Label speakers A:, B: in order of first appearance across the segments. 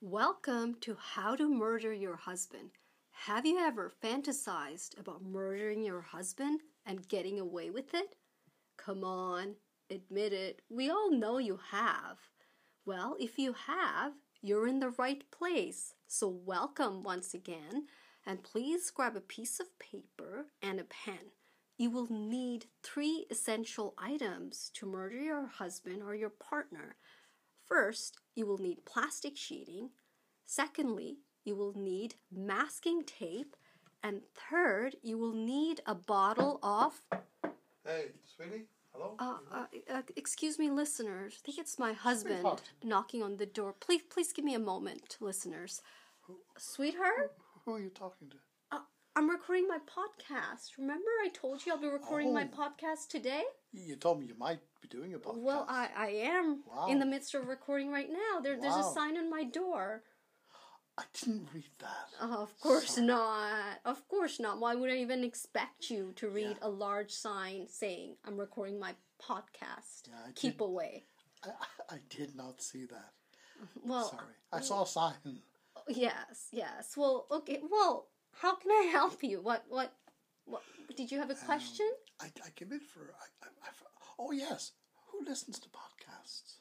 A: Welcome to How to Murder Your Husband. Have you ever fantasized about murdering your husband and getting away with it? Come on, admit it. We all know you have. Well, if you have, you're in the right place. So, welcome once again, and please grab a piece of paper and a pen. You will need three essential items to murder your husband or your partner. First, you will need plastic sheeting. Secondly, you will need masking tape. And third, you will need a bottle of.
B: Hey, sweetie. Hello.
A: Uh, uh, uh, excuse me, listeners. I think it's my husband
B: Sweetheart.
A: knocking on the door. Please, please give me a moment, listeners. Sweetheart,
B: Who are you talking to?
A: uh, I'm recording my podcast. Remember, I told you I'll be recording my
B: Oh.
A: podcast today.
B: You told me you might be doing a podcast.
A: Well, I, I am
B: Wow.
A: in the midst of recording right now. There, There's a
B: Wow.
A: sign on my door.
B: I didn't read that.
A: Oh, of course not. Of course not. Why would I even expect you to read a large sign saying, I'm recording my podcast?
B: Yeah, I
A: Keep
B: did-
A: away.
B: I, I- I did not see that.
A: Well,
B: Sorry. I saw a sign.
A: yes, yes. Well, okay. Well, how can I help you? What, what, what? Did you have a
B: Um,
A: question?
B: I, I came in for. I, I, I, oh yes. Who listens to podcasts?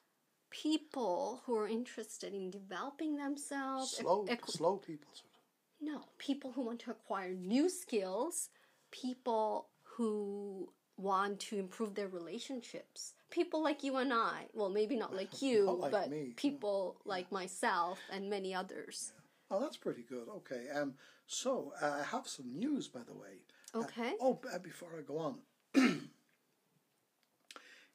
A: People who are interested in developing themselves, e- ac-
B: Slow,
A: ac-
B: slow people. Sort of.
A: No, people who want to acquire new skills, people who want to improve their relationships, people like you and I. Well, maybe not like you,
B: Not like
A: but
B: me, no.
A: people like myself and many others.
B: Oh, that's pretty good. Okay. Um. So uh, I have some news, by the way.
A: Okay.
B: Oh, b- uh, before I go on,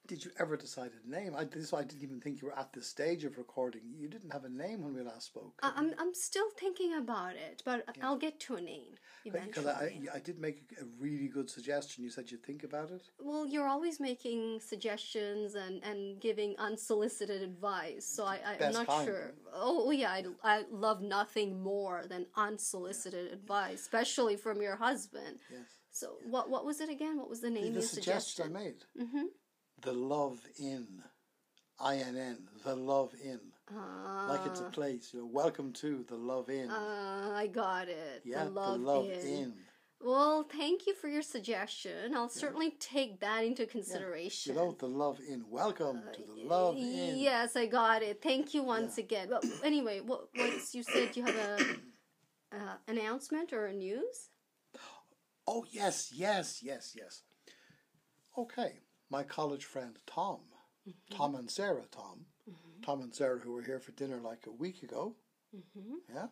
B: did you ever decide a name? I, this, I didn't even think you were at this stage of recording. You didn't have a name when we last spoke.
A: I- I'm I'm still thinking about it, but I'll get to a name
B: because
A: eventually.
B: I, I did make a really good suggestion. You said you'd think about it.
A: well, you're always making suggestions and, and giving unsolicited advice, so I, I, I'm
B: That's
A: not
B: fine,
A: sure. Oh, oh, yeah, I, I love nothing more than unsolicited advice, especially from your husband.
B: Yes.
A: So, what what was it again? What was the name
B: the
A: you suggested?
B: suggestion I made. Mm-hmm. The Love Inn. I N N. The Love Inn. like it's a place. You know, welcome to the Love Inn.
A: Ah. Uh, I got it.
B: yeah,
A: the love,
B: Inn.
A: Inn. Well, thank you for your suggestion. I'll certainly take that into
B: You
A: consideration.
B: know, the Love Inn. Welcome
A: Uh,
B: to the Love Inn.
A: Yes, I got it. Thank you once again. But anyway, what what's you said you have a uh, announcement or a news?
B: Oh, yes, yes, yes, yes. Okay, my college friend Tom,
A: Mm-hmm.
B: Tom and Sarah, Tom, Tom and Sarah, who were here for dinner like a week ago.
A: Mm-hmm.
B: Yeah,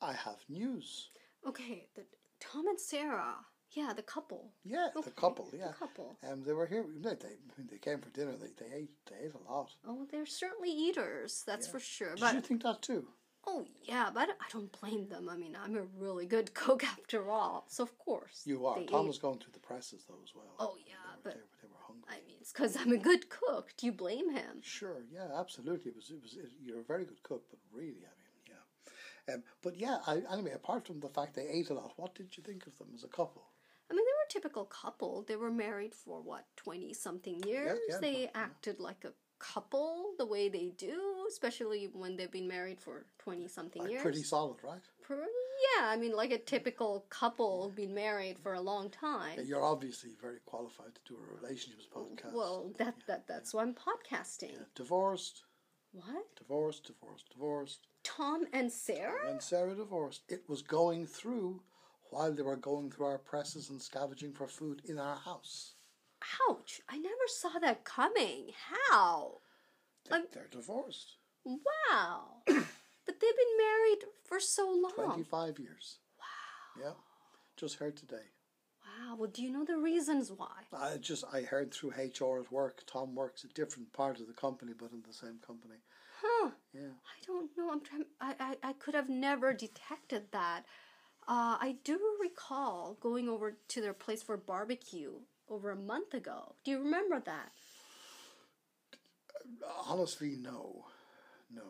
B: I have news.
A: Okay, the Tom and Sarah. Yeah, the couple.
B: Yeah,
A: Okay,
B: the couple. Yeah,
A: couple.
B: Um, they were here. They they, they came for dinner. They, they ate. They ate a lot.
A: Oh, they're certainly eaters. That's for sure.
B: Did
A: But
B: you think that too?
A: oh yeah, but I don't blame them. I mean, I'm a really good cook after all. So of course
B: You are.
A: they
B: Tom
A: ate-
B: was going through the presses though as well.
A: Oh yeah,
B: they,
A: but
B: were, they were hungry.
A: I mean, it's because I'm a good cook. Do you blame him?
B: Sure. Yeah. Absolutely. It was. It was. It, you're a very good cook, but really, I mean, yeah. Um, but yeah. I, anyway, apart from the fact they ate a lot, what did you think of them as a couple?
A: I mean, they were a typical couple. They were married for what, 20 something years?
B: yeah,
A: they
B: yeah.
A: acted like a couple the way they do, especially when they've been married for 20 something
B: Like
A: years.
B: pretty solid, right?
A: Pr- yeah, I mean, like a typical couple who've been married for a long time.
B: Yeah, You're obviously very qualified to do a relationships podcast.
A: well, that, that that's why I'm podcasting.
B: Yeah, divorced,
A: What?
B: divorced, divorced, divorced.
A: Tom and Sarah?
B: When Sarah divorced, it was going through while they were going through our presses and scavenging for food in our house.
A: Ouch! I never saw that coming. How?
B: They,
A: Um,
B: they're divorced.
A: Wow! but they've been married for so long.
B: Twenty-five years. Wow. Yeah. Just heard today.
A: Wow. Well, do you know the reasons why?
B: I just I heard through HR at work. Tom works a different part of the company, but in the same company.
A: Huh.
B: Yeah.
A: I don't know. I'm trying. I, I, I could have never detected that. Uh, I do recall going over to their place for barbecue over a month ago. Do you remember that?
B: Honestly, no, no,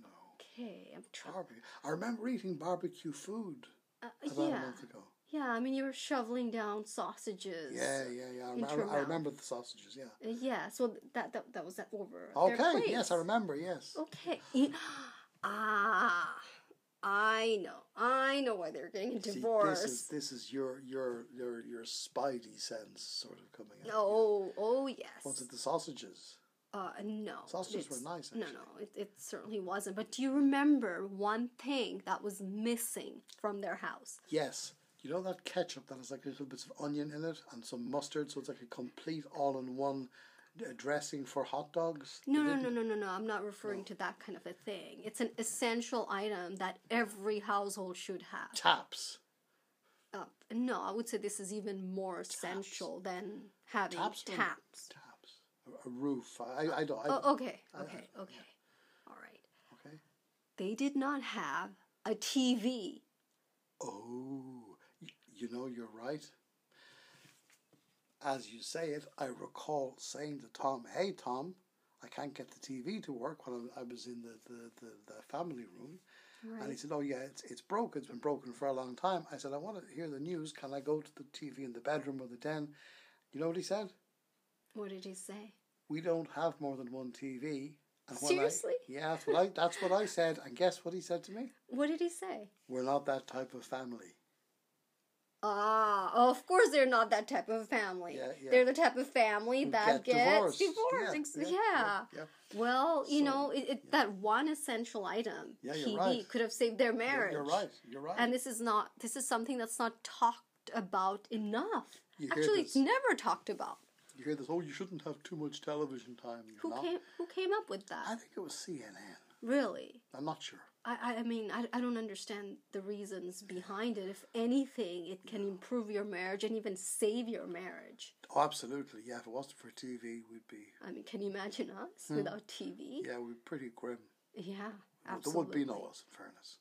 B: no.
A: Okay, I'm trying.
B: Barbecue. I remember eating barbecue food
A: Uh,
B: about a
A: yeah,
B: month ago.
A: yeah. I mean, you were shoveling down sausages.
B: Yeah, yeah, yeah. I,
A: Into
B: remember, I
A: your
B: remember the sausages. Yeah.
A: Uh, yeah. So that that that was at over. at their
B: Okay. Yes,
A: place.
B: I remember. Yes.
A: Okay. I- Ah, I know. I know why they're getting a
B: See,
A: divorce.
B: this is this is your your your your spidey sense sort of coming out.
A: oh, oh yes.
B: Was it the sausages?
A: Uh, no.
B: Sausages were
A: it's-
B: nice,
A: No,
B: actually.
A: no, it, it certainly wasn't. But do you remember one thing that was missing from their house?
B: Yes. You know that ketchup that has like little bits of onion in it and some mustard, so it's like a complete all-in-one uh, dressing for hot dogs.
A: No, no, no, no, no, no. I'm not referring to that kind of a thing. It's an essential item that every household should have.
B: Taps.
A: Uh, no, I would say this is even more essential than having
B: Taps
A: taps.
B: or- Taps. A, a roof. I I don't. I,
A: Oh, okay, okay, okay. All right.
B: okay.
A: They did not have a TV.
B: Oh, y- you know you're right. As you say it, I recall saying to Tom, "Hey Tom, I can't get the TV to work." When I I was in the the, the, the family room, and he
A: Right.
B: said, "Oh yeah, it's it's broken. It's been broken for a long time." I said, "I want to hear the news. Can I go to the TV in the bedroom or the den?" You know what he said?
A: What did he say?
B: We don't have more than one TV. And when I-
A: Seriously?
B: yeah, that's what I that's what I said. And guess what he said to me?
A: What did he say?
B: We're not that type of family.
A: Ah, oh, of course they're not that type of family.
B: Yeah, yeah.
A: They're the type of family
B: Who
A: that
B: get
A: gets
B: divorced.
A: divorced.
B: Yeah,
A: Ex-
B: yeah,
A: Yeah.
B: yeah, yeah.
A: Well, you
B: So-
A: know, it, it, that one essential item,
B: Yeah, you're
A: TV,
B: right.
A: could have saved their
B: You're,
A: marriage.
B: you're right. You're right.
A: And this is not. This is something that's not talked about enough.
B: You hear
A: Actually,
B: this-
A: it's never talked about.
B: You hear this? Oh, you shouldn't have too much television time. You're
A: Who
B: not.
A: came? Who came up with that?
B: I think it was CNN.
A: really?
B: I'm not sure.
A: I, I- I mean, I, I don't understand the reasons behind it. If anything, it can improve your marriage and even save your marriage.
B: Oh, absolutely. Yeah, if it wasn't for TV, we'd be
A: I mean, can you imagine us without TV?
B: yeah, we'd be pretty grim.
A: Yeah,
B: Hmm. Well,
A: absolutely.
B: There would be no us, in fairness.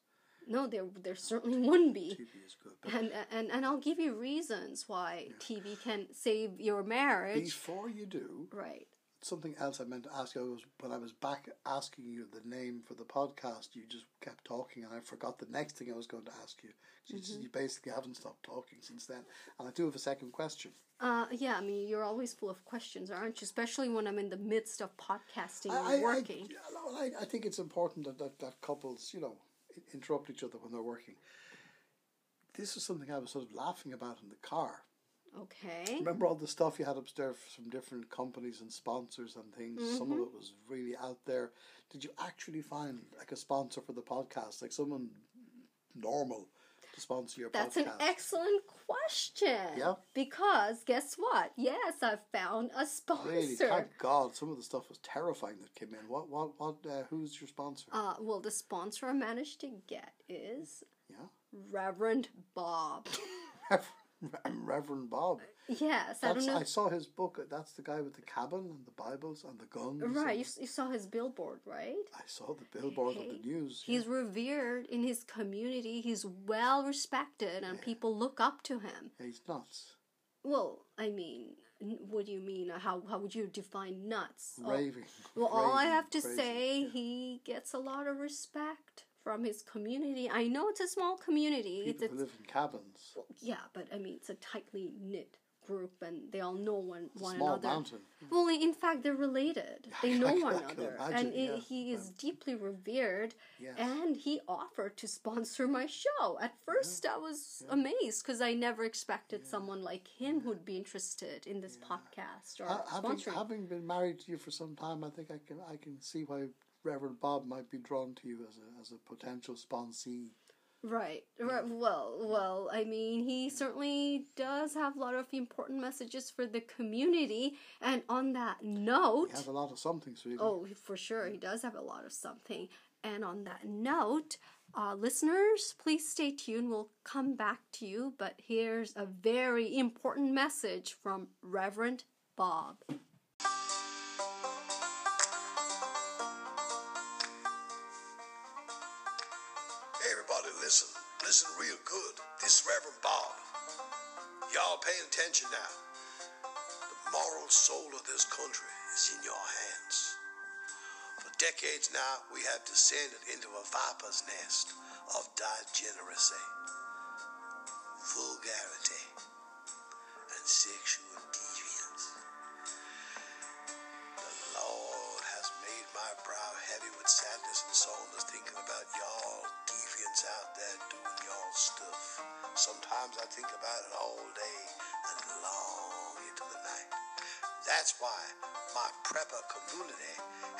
A: No, there, there certainly wouldn't be.
B: TV is good. But
A: And, and, and I'll give you reasons why TV can save your marriage.
B: before you do,
A: Right.
B: something else I meant to ask you I was when I was back asking you the name for the podcast. You just kept talking, and I forgot the next thing I was going to ask you. So you, just- you basically haven't stopped talking since then. And I do have a second question.
A: Uh, yeah, I mean, you're always full of questions, aren't you? Especially when I'm in the midst of podcasting
B: I,
A: and
B: I, I,
A: working.
B: yeah, no, I, I think it's important that, that, that couples, you know, i- interrupt each other when they're working. This is something I was sort of laughing about in the car.
A: okay.
B: Remember all the stuff you had upstairs from different companies and sponsors and things? Some
A: Mm-hmm.
B: of it was really out there. Did you actually find like a sponsor for the podcast, like someone normal to sponsor your
A: That's
B: podcast?
A: an excellent question.
B: Yeah.
A: Because guess what? Yes, I found a sponsor.
B: Really, thank God. Some of the stuff was terrifying that came in. What, what, what, uh, who's your sponsor?
A: Uh, well, the sponsor I managed to get is
B: yeah.
A: Reverend Bob.
B: Reverend Bob.
A: yes, I
B: That's,
A: don't
B: I,
A: know.
B: saw his book. That's the guy with the cabin and the Bibles and the guns.
A: right,
B: and-
A: you, s- you saw his billboard, right?
B: I saw the billboard on the
A: Hey,
B: news.
A: He's revered in his community. He's well respected, and people look up to him.
B: Yeah, he's nuts.
A: Well, I mean, n- what do you mean? How how would you define nuts? Oh,
B: Raving.
A: Well, all I
B: raving
A: have to
B: crazy.
A: say, he gets a lot of respect from his community. I know it's a small community. It's,
B: People who
A: it's
B: live in cabins.
A: yeah, but I mean, it's a tightly knit group, and they all know one one
B: Small
A: another.
B: mountain.
A: Well, in fact, they're related. They
B: I
A: know
B: can-
A: one
B: I can
A: another,
B: imagine,
A: and i
B: yeah.
A: he is deeply revered.
B: Yes.
A: And he offered to sponsor my show. At first, I was amazed because I never expected someone like him who'd be interested in this podcast or
B: Ha- having,
A: sponsoring.
B: having been married to you for some time, I think I can I can see why Reverend Bob might be drawn to you as a as a potential sponsee.
A: Right. Right. Well, well, I mean, he certainly does have a lot of important messages for the community. And on that note,
B: He has a lot of something, really.
A: oh, for sure, he does have a lot of something. And on that note, uh, listeners, please stay tuned. We'll come back to you. But here's a very important message from Reverend Bob.
C: Hey, everybody, listen. Listen real good. This is Reverend Bob. Y'all pay attention now. The moral soul of this country is in your hands. For decades now, we have descended into a viper's nest of degeneracy, vulgarity, and sexual deviance. The Lord has made my brow heavy with sadness and soreness thinking about Sometimes I think about it all day and long into the night. That's why my prepper community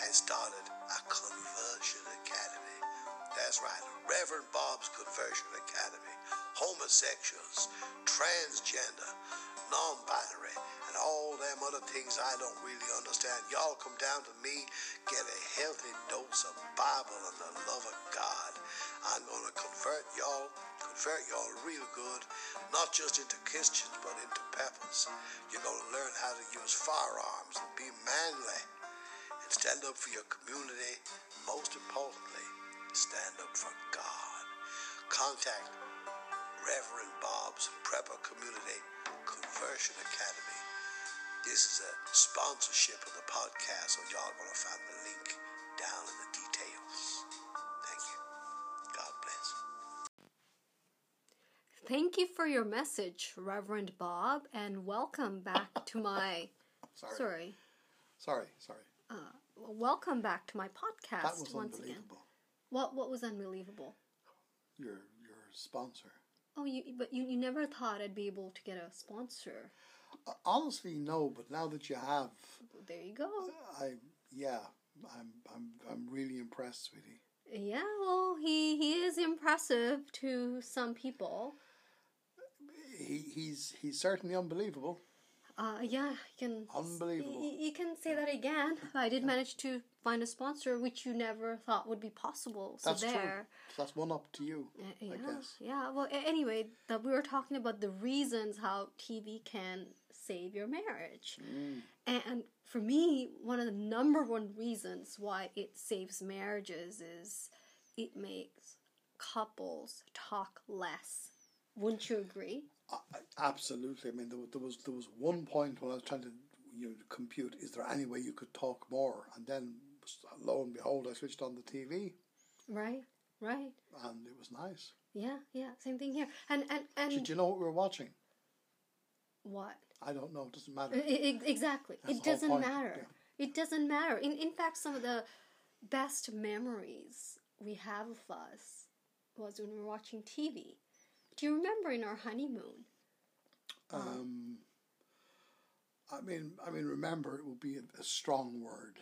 C: has started a conversion academy. That's right, Reverend Bob's Conversion Academy. Homosexuals, transgender, non binary, and all them other things I don't really understand. Y'all come down to me, get a healthy dose of Bible and the love of God. I'm going to convert y'all, convert y'all real good, not just into Christians, but into peppers. You're going to learn how to use firearms and be manly and stand up for your community. Most importantly, stand up for God. Contact Reverend Bob's Prepper Community Conversion Academy. This is a sponsorship of the podcast, so y'all gonna find the link down in the details. Thank you. God bless.
A: Thank you for your message, Reverend Bob, and welcome back to my.
B: Sorry. Sorry,
A: Sorry. uh,
B: sorry. sorry.
A: Welcome back to my podcast
B: That was
A: once again.
B: unbelievable.
A: What what was unbelievable?
B: Your your sponsor.
A: Oh, you but you, you never thought I'd be able to get a sponsor.
B: Uh, honestly, no. But now that you have,
A: There you go.
B: I yeah, I'm I'm I'm really impressed, sweetie.
A: Yeah, well, he he is impressive to some people.
B: He he's he's certainly unbelievable.
A: Uh, yeah, you can.
B: Unbelievable.
A: You, you can say that again. I did manage to find a sponsor, which you never thought would be possible. So
B: That's
A: there.
B: true. That's one up to you,
A: Uh, yeah,
B: I guess.
A: yeah. Well, a- anyway, that we were talking about the reasons how TV can save your marriage,
B: Mm.
A: and for me, one of the number one reasons why it saves marriages is it makes couples talk less. Wouldn't you agree?
B: I, I- absolutely. I mean, there, wa- there was there was one point when I was trying to you know compute is there any way you could talk more, and then lo and behold, I switched on the TV,
A: Right. Right.
B: and it was nice.
A: Yeah. Yeah. Same thing here. And and and
B: Did you know what we were watching?
A: what?
B: I don't know. It doesn't
A: I-
B: matter.
A: I- exactly.
B: That's
A: it
B: the whole
A: doesn't
B: point,
A: matter. It doesn't matter. In in fact, some of the best memories we have of us was when we were watching TV. Do you remember in our honeymoon? Uh-huh.
B: Um, I mean, I mean, remember it would be a, a strong word.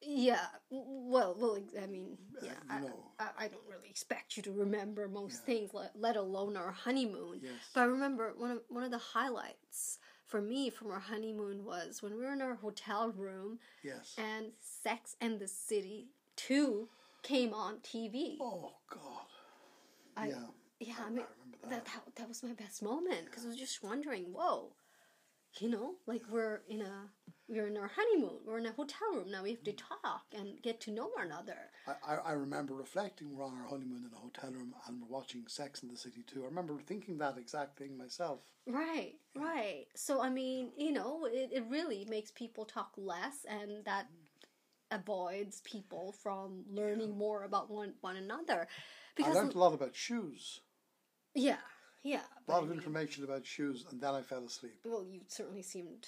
A: Yeah. w- Well, well. ex- I mean, yeah.
B: you
A: I,
B: know.
A: I, I don't really expect you to remember most things, let, let alone our honeymoon.
B: Yes.
A: But I remember one of one of the highlights for me from our honeymoon was when we were in our hotel room
B: Yes.
A: and Sex and the City 2 came on TV.
B: Oh God.
A: I,
B: yeah.
A: yeah, I, mean,
B: remember
A: that.
B: that.
A: That, that was my best moment because I was just wondering, whoa, you know, like we're in a we're in our honeymoon, we're in a hotel room now. We have
B: Mm.
A: to talk and get to know one another.
B: I, I, I remember reflecting we're on our honeymoon in a hotel room and we're watching Sex in the City too. I remember thinking that exact thing myself.
A: Right, right. So I mean, you know, it, it really makes people talk less, and that
B: Mm.
A: avoids people from learning more about one one another. Because
B: I learned a lot about shoes,
A: yeah, yeah.
B: a lot of information about shoes, and then I fell asleep.
A: Well, you certainly seemed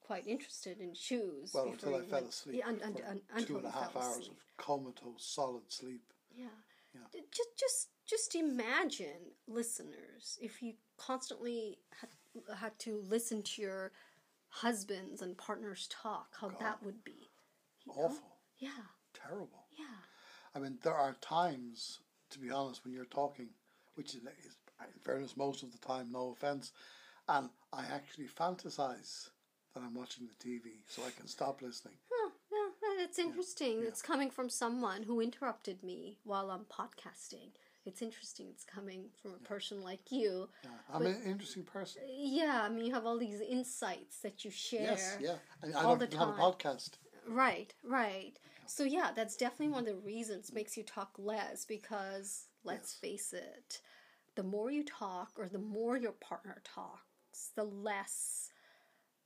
A: quite interested in shoes.
B: Well,
A: before
B: until I
A: you
B: fell
A: went-
B: asleep.
A: Yeah, un- un-
B: for
A: un-
B: two
A: until
B: and a
A: you
B: half
A: fell
B: hours
A: asleep.
B: of comatose, solid sleep.
A: Yeah.
B: Yeah.
A: Just, just, just imagine, listeners, if you constantly had, had to listen to your husbands and partners talk, how that would be.
B: Awful,
A: Yeah,
B: terrible.
A: yeah.
B: I mean, there are times, to be honest, when you're talking, which is, is in fairness, most of the time, no offense, and I actually fantasize that I'm watching the TV so I can stop listening.
A: Huh, yeah, that- that's interesting. It's coming from someone who interrupted me while I'm podcasting. It's interesting. It's coming from a person like you.
B: Yeah, I'm an interesting person.
A: Yeah, I mean, you have all these insights that you share.
B: Yes, yeah. And I
A: All
B: don't
A: the
B: even have a
A: time.
B: podcast.
A: Right, right. So yeah, that's definitely one of the reasons makes you talk less because let's face it, the more you talk or the more your partner talks, the less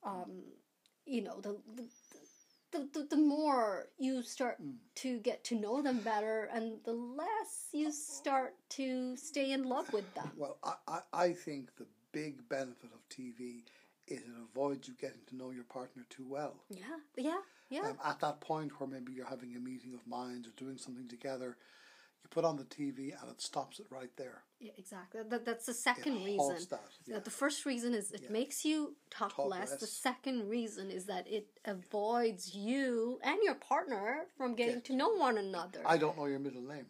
A: um you know, the the the, the, the more you start
B: Mm.
A: to get to know them better and the less you start to stay in love with them.
B: Well, I, I, I think the big benefit of TV is it avoids you getting to know your partner too well.
A: Yeah, yeah, yeah.
B: Um, at that point where maybe you're having a meeting of minds or doing something together, You put on the TV and it stops it right there.
A: Yeah, exactly. That, that's the second
B: it
A: reason.
B: halts that.
A: Yeah,
B: Yeah.
A: The first reason is it makes you talk,
B: Talk
A: less. The
B: less.
A: second reason is that it avoids you and your partner from getting
B: Get-
A: to know one another.
B: I don't know your middle name.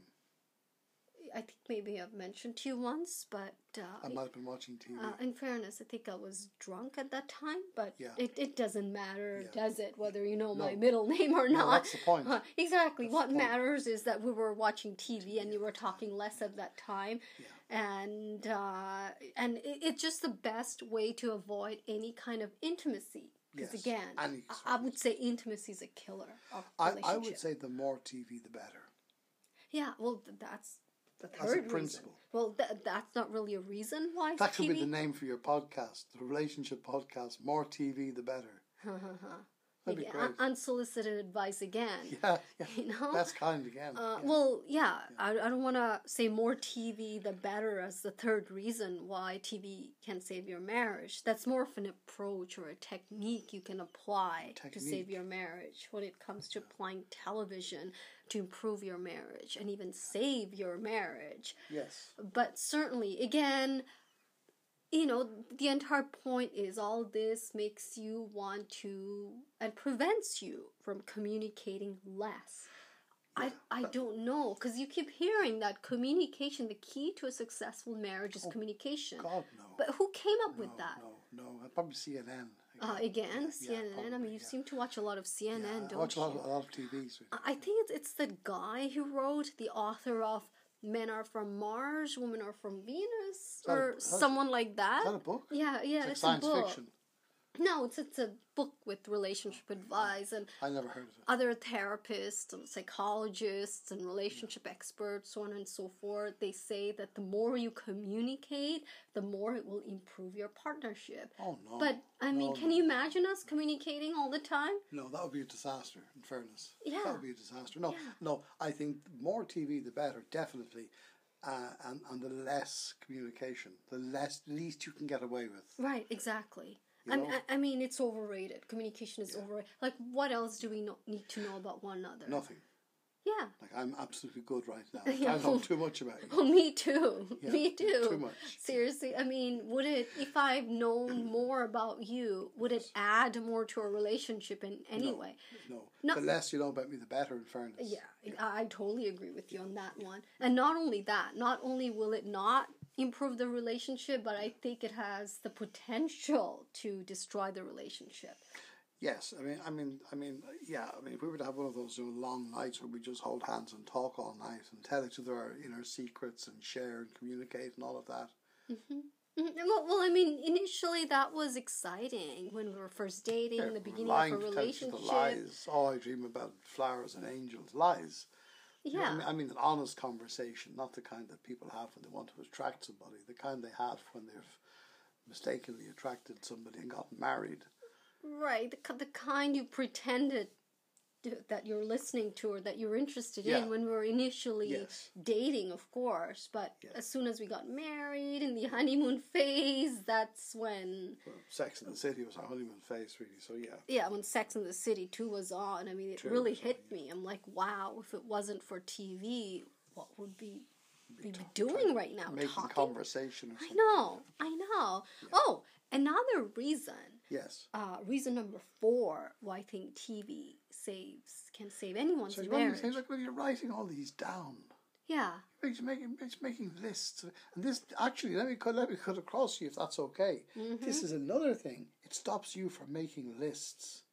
A: I think maybe I've mentioned to you once, but
B: I
A: uh,
B: might have been watching TV.
A: uh, in fairness, I think I was drunk at that time. But
B: Yeah.
A: it, it doesn't matter,
B: Yeah.
A: does it? Whether you know my
B: No.
A: middle name or not.
B: that's the point.
A: Uh, exactly.
B: That's the
A: what
B: point.
A: matters is that we were watching TV and you were talking less at that time, and uh, and it, it's just the best way to avoid any kind of intimacy. Because
B: Yes,
A: again,
B: any
A: I-
B: sort
A: I would say intimacy is a killer of
B: I,
A: relationship.
B: I would say the more TV, the better.
A: Yeah, well, th- that's the
B: a
A: third reason.
B: principle.
A: Well, th- that's not really a reason why
B: That could
A: TV.
B: be the name for your podcast, the relationship podcast. More TV, the better. That'd be
A: Yeah,
B: great.
A: un- unsolicited advice again.
B: yeah, yeah.
A: You know.
B: That's kind again.
A: Uh, Well, yeah, I, I don't want to say more TV the better as the third reason why TV can save your marriage. That's more of an approach or a technique you can apply to save
B: Technique.
A: your marriage when it comes to applying television to improve your marriage and even save your marriage.
B: yes.
A: But certainly, again, you know, the entire point is all this makes you want to and prevents you from communicating less. I, I don't know because you keep hearing that communication the key to a successful marriage is communication
B: Oh, God, no.
A: but who came up with
B: no,
A: that
B: no, no. I'd probably CNN.
A: uh, again
B: Yeah, yeah,
A: cnn i mean
B: probably,
A: you
B: yeah.
A: seem to watch a lot of cnn
B: Yeah,
A: don't Uh,
B: I watch a
A: you
B: lot, of- a lot of TV. So
A: I think it's it's the guy who wrote the author of Men Are From Mars, Women Are From Venus,
B: that a-
A: or
B: how's-
A: someone like that.
B: is that a book?
A: Yeah, yeah,
B: It's
A: it's,
B: like
A: a
B: science
A: book.
B: fiction.
A: No, it's it's a book with relationship advice and
B: I never heard of it.
A: other therapists and psychologists and relationship experts, so on and so forth, they say that the more you communicate, the more it will improve your partnership.
B: Oh no.
A: But I mean,
B: No,
A: can
B: no,
A: you
B: no.
A: imagine us communicating all the time?
B: No, that would be a disaster. In fairness,
A: Yeah.
B: that would be a disaster. No, no. I think more TV the better, definitely, uh, and and the less communication, the less least you can get away with.
A: Right, exactly.
B: You
A: I, mean,
B: know?
A: I, I mean, it's overrated. Communication is overrated. Like, what else do we know, need to know about one another?
B: Nothing.
A: Yeah.
B: Like I'm absolutely good right now.
A: Yeah.
B: I know too much about you.
A: Well, me too.
B: Yeah,
A: me too.
B: too much.
A: Seriously, I mean, would it, if I've known more about you, would it add more to our relationship in any way?
B: No.
A: No.
B: the less you know about me, the better. In fairness.
A: Yeah, I, I totally agree with you on that one. And not only that, not only will it not improve the relationship, but I think it has the potential to destroy the relationship.
B: Yes, I mean, I mean, I mean, yeah, I mean, if we were to have one of those you know, long nights where we just hold hands and talk all night and tell each other our inner secrets and share and communicate and all of that,
A: Mhm. Well, well, I mean, initially that was exciting when we were first dating,
B: Yeah,
A: the
B: we're
A: beginning
B: lying
A: of a
B: to tell each other
A: relationship.
B: lies. All I dream about flowers and angels, lies. You know,
A: Yeah,
B: I mean, I mean, an honest conversation, not the kind that people have when they want to attract somebody, the kind they have when they've mistakenly attracted somebody and gotten married.
A: right. The, ki- the kind you pretended to- that you're listening to or that you're interested
B: Yeah.
A: in when we were initially
B: Yes.
A: dating, of course. But as soon as we got married in the honeymoon phase, that's when
B: Well, Sex in the City was our honeymoon phase, really. So yeah,
A: yeah, when Sex in the City 2 was on, I mean, it
B: True,
A: really
B: so,
A: hit me. I'm like, wow, if it wasn't for TV, what would we be doing right now?
B: making
A: Oh, Talking?
B: conversation. Or
A: I
B: something.
A: know, I know. Oh, another reason,
B: Yes.
A: uh, reason number four, why I think TV saves can save anyone's
B: So you want me to
A: marriage.
B: say, look, you're writing all these down.
A: yeah,
B: It's making it's making lists, and this actually let me cut let me cut across you if that's okay.
A: Mm-hmm.
B: This is another thing. It stops you from making lists.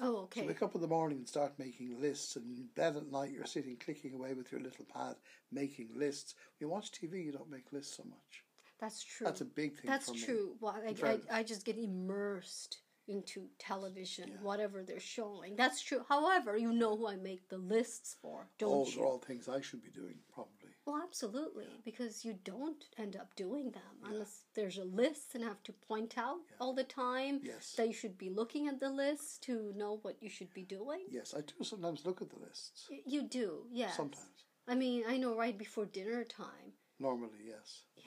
A: oh, okay.
B: So wake up in the morning and start making lists, and in bed at night you're sitting clicking away with your little pad making lists. When you watch TV, you don't make lists so much.
A: That's true.
B: That's a big thing.
A: That's
B: for me.
A: true. Well, I, I,
B: fairness.
A: I just get immersed into television, whatever they're showing. That's true. However, you know who I make the lists for, don't
B: Oh, Those
A: you?
B: are all things I should be doing probably.
A: Well, absolutely, because you don't end up doing them unless there's a list and have to point out all the time
B: Yes.
A: that you should be looking at the list to know what you should be doing.
B: Yes, I do sometimes look at the lists.
A: Y- You do, yes.
B: Sometimes,
A: I mean, I know right before dinner time.
B: normally, yes.
A: Yeah,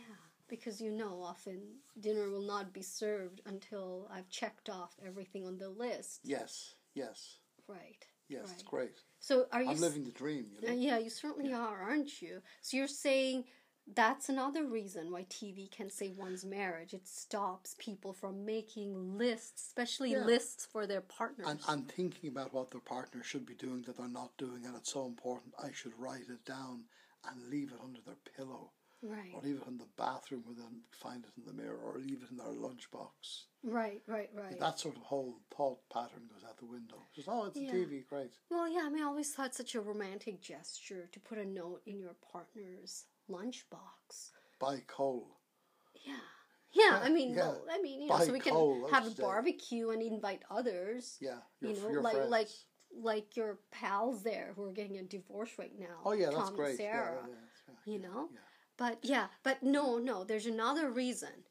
A: because you know often dinner will not be served until I've checked off everything on the list.
B: Yes, yes,
A: Right.
B: yes.
A: Right.
B: It's great.
A: So are you?
B: I'm
A: s-
B: living the dream, you
A: uh,
B: know.
A: yeah, you certainly are, aren't you? So you're saying that's another reason why TV can save one's marriage. It stops people from making lists, especially
B: Yeah.
A: lists for their partners.
B: And, and thinking about what their partner should be doing that they're not doing, and it's so important, I should write it down and leave it under their pillow,
A: right,
B: or leave it in the bathroom where they'll find it in the mirror, or leave it in their lunchbox.
A: right, right, right.
B: That sort of whole thought pattern goes out the window. Just, oh, it's
A: Yeah.
B: a TV, great.
A: Well, yeah, I mean, I always thought such a romantic gesture to put a note in your partner's lunchbox.
B: Buy coal.
A: Yeah. Yeah,
B: Yeah,
A: I mean,
B: yeah.
A: well, I mean, you know,
B: Buy
A: so we can
B: coal, that's
A: have a
B: the-
A: barbecue and invite others,
B: Yeah, your,
A: you
B: f-
A: know,
B: your
A: like
B: friends.
A: like like your pals there who are getting a divorce right now.
B: oh, yeah,
A: Tom
B: that's
A: and
B: great. Yeah,
A: Sarah,
B: yeah, yeah, yeah,
A: you
B: yeah,
A: know,
B: yeah.
A: but yeah, but no, no, there's another reason,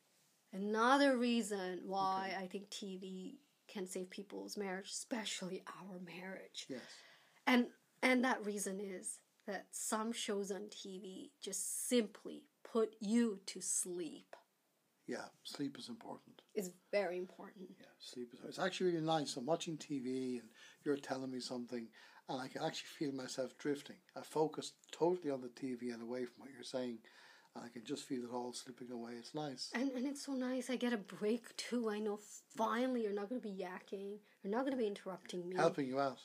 A: another reason why I think TV can save people's marriage, especially our marriage
B: Yes.
A: and and that reason is that some shows on TV just simply put you to sleep.
B: Yeah, sleep is important.
A: It's very important.
B: Yeah, sleep is. It's actually really nice. I'm watching TV and you're telling me something, and I can actually feel myself drifting. I focus totally on the TV and away from what you're saying, and I can just feel it all slipping away. It's nice.
A: And and it's so nice. I get a break too. I know finally you're not going to be yakking. You're not going to be interrupting me.
B: Helping you out.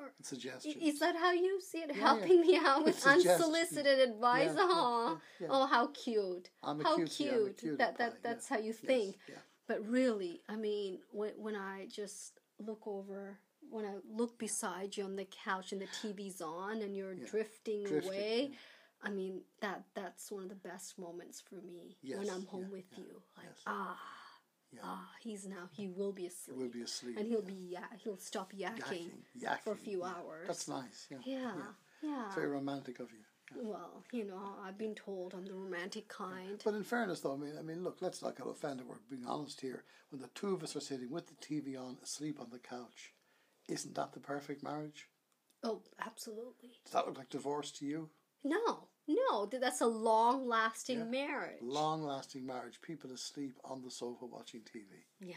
A: Or-
B: And
A: I-
B: suggestions.
A: Is that how you see it?
B: yeah.
A: Helping me out with
B: It's a gesture.
A: unsolicited advice?
B: Yeah, yeah,
A: Aw.
B: yeah, yeah.
A: Oh, how cute.
B: I'm a
A: how
B: cutie, I'm a cutie
A: that, that,
B: pie, yeah.
A: that's how you
B: Yes,
A: think.
B: yeah.
A: But really, I mean, when, when I just look over, when I look beside you on the couch and the TV's on and you're drifting,
B: Drifting,
A: away, I mean, that that's one of the best moments for me when
B: Yes,
A: I'm home
B: yeah,
A: with
B: yeah,
A: you. Like,
B: yes.
A: ah,
B: Yeah.
A: ah, he's now, he will be asleep.
B: We'll be asleep.
A: and he'll be, yeah, he'll stop yakking,
B: yakking,
A: for a few
B: yeah.
A: hours.
B: That's nice. Yeah.
A: Yeah, yeah.
B: It's very romantic of you.
A: Well, you know, I've been told I'm the romantic kind.
B: But in fairness, though, I mean, I mean, look, let's not get offended. We're being honest here. When the two of us are sitting with the TV on, asleep on the couch, isn't that the perfect marriage?
A: Oh, absolutely.
B: Does that look like divorce to you?
A: No, no, th- that's a long lasting
B: Yeah.
A: marriage.
B: Long-lasting marriage. People asleep on the sofa watching TV.
A: yeah.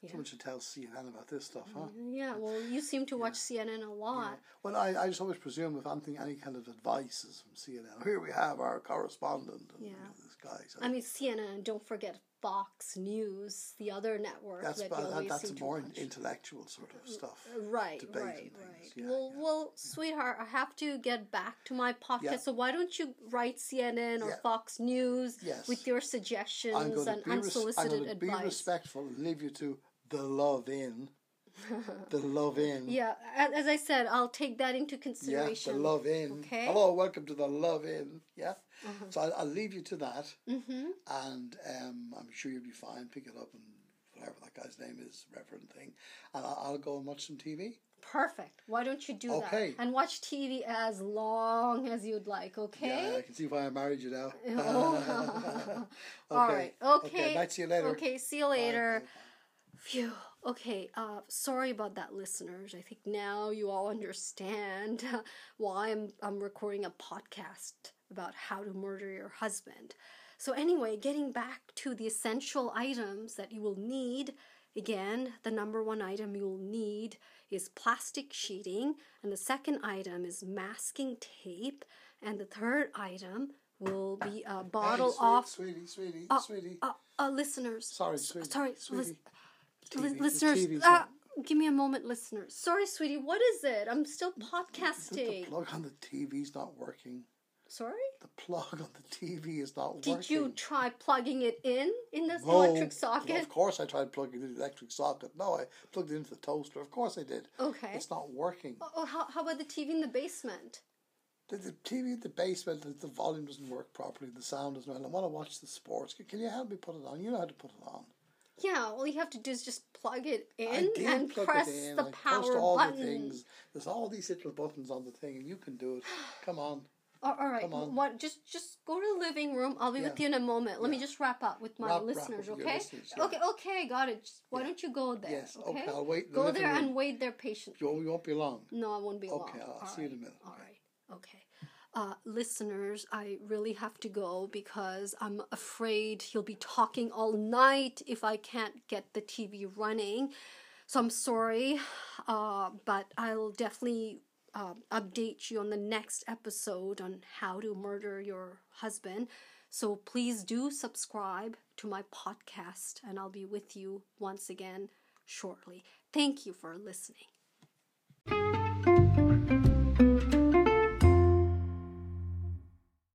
A: Yeah.
B: Someone should tell CNN about this stuff, huh?
A: Yeah, well, you seem to watch CNN a lot.
B: Well, I, I just always presume if I'm thinking any kind of advice is from CNN. Here we have our correspondent, and, you
A: Yeah.
B: know, this guy. So
A: I mean, CNN, and don't forget Fox News, the other network
B: that's
A: that you
B: that,
A: always
B: that's
A: seem to
B: more
A: watch.
B: intellectual sort
A: Mm.
B: of stuff.
A: Right,
B: debate
A: right,
B: and
A: right.
B: things. Yeah,
A: well,
B: yeah.
A: well, sweetheart, I have to get back to my podcast.
B: Yeah.
A: So why don't you write CNN or
B: Yeah.
A: Fox News
B: Yes.
A: with your suggestions
B: I'm going
A: and
B: to be, res- I'm
A: unsolicited
B: going to be
A: advice?
B: respectful and leave you to the love in, the love in.
A: yeah, a- as I said, I'll take that into
B: Yeah,
A: consideration.
B: the love in.
A: Okay. Uh-huh.
B: Hello, welcome to the love in. Yeah. So I'll, I'll leave you to that,
A: Mm-hmm.
B: and um, I'm sure you'll be fine. Pick it up and whatever that guy's name is, Reverend thing, and I'll, I'll go and watch some TV.
A: Perfect. Why don't you do
B: Okay.
A: that? And watch TV as long as you'd like, okay?
B: Yeah, I can see why I married you now.
A: Oh. All right. Okay.
B: Okay. Might see you later.
A: Okay, see you
B: Bye.
A: later. Phew. Okay, uh, sorry about that, listeners. I think now you all understand uh, why I'm, I'm recording a podcast about how to murder your husband. So, anyway, getting back to the essential items that you will need. Again, the number one item you'll need is plastic sheeting, and the second item is masking tape, and the third item will be a bottle
B: Hey, sweet-
A: off.
B: sweetie, sweetie, sweetie.
A: Uh, uh, listeners.
B: sorry, sweetie.
A: sorry,
B: sweetie.
A: lis- Li-
B: TV
A: listeners,
B: 's
A: uh,
B: on.
A: give me a moment, listeners. Sorry, sweetie, what is it? I'm still
B: the
A: podcasting.
B: plug on the TV's not working.
A: Sorry?
B: The plug on the TV is not working.
A: Did you try plugging it in in this
B: No.
A: electric
B: No,
A: socket?
B: of course, I tried plugging in the electric socket. No, I plugged it into the toaster. Of course, I did.
A: Okay.
B: It's not working.
A: Oh, how, how about the TV in the basement?
B: The, the TV in the basement, the, the volume doesn't work properly. The sound doesn't. I want to watch the sports. Can- Can you help me put it on? You know how to put it on.
A: Yeah, all you have to do is just plug it
B: I
A: in
B: did
A: and
B: plug
A: press
B: it in.
A: the
B: I pressed
A: power
B: all
A: button.
B: the things. There's all these little buttons on the thing, and you can do it. Come on.
A: All- all right,
B: Come on.
A: what? Just just go to the living room. I'll be with you in a moment. Let me just wrap up with my
B: Wrap- wrap
A: listeners,
B: up with your
A: okay?
B: listeners, yeah.
A: Okay, okay, got it. Just, why don't you go there?
B: Yes, okay, I'll wait in the
A: Go
B: living
A: there and
B: room.
A: wait there patiently.
B: You won't- you won't be long.
A: No, I won't be long.
B: Okay, I'll see you in a minute.
A: All
B: Okay.
A: right. Okay. Uh, listeners, I really have to go because I'm afraid he'll be talking all night if I can't get the TV running. So I'm sorry, uh, but I'll definitely um, update you on the next episode on how to murder your husband. So please do subscribe to my podcast, and I'll be with you once again shortly. Thank you for listening.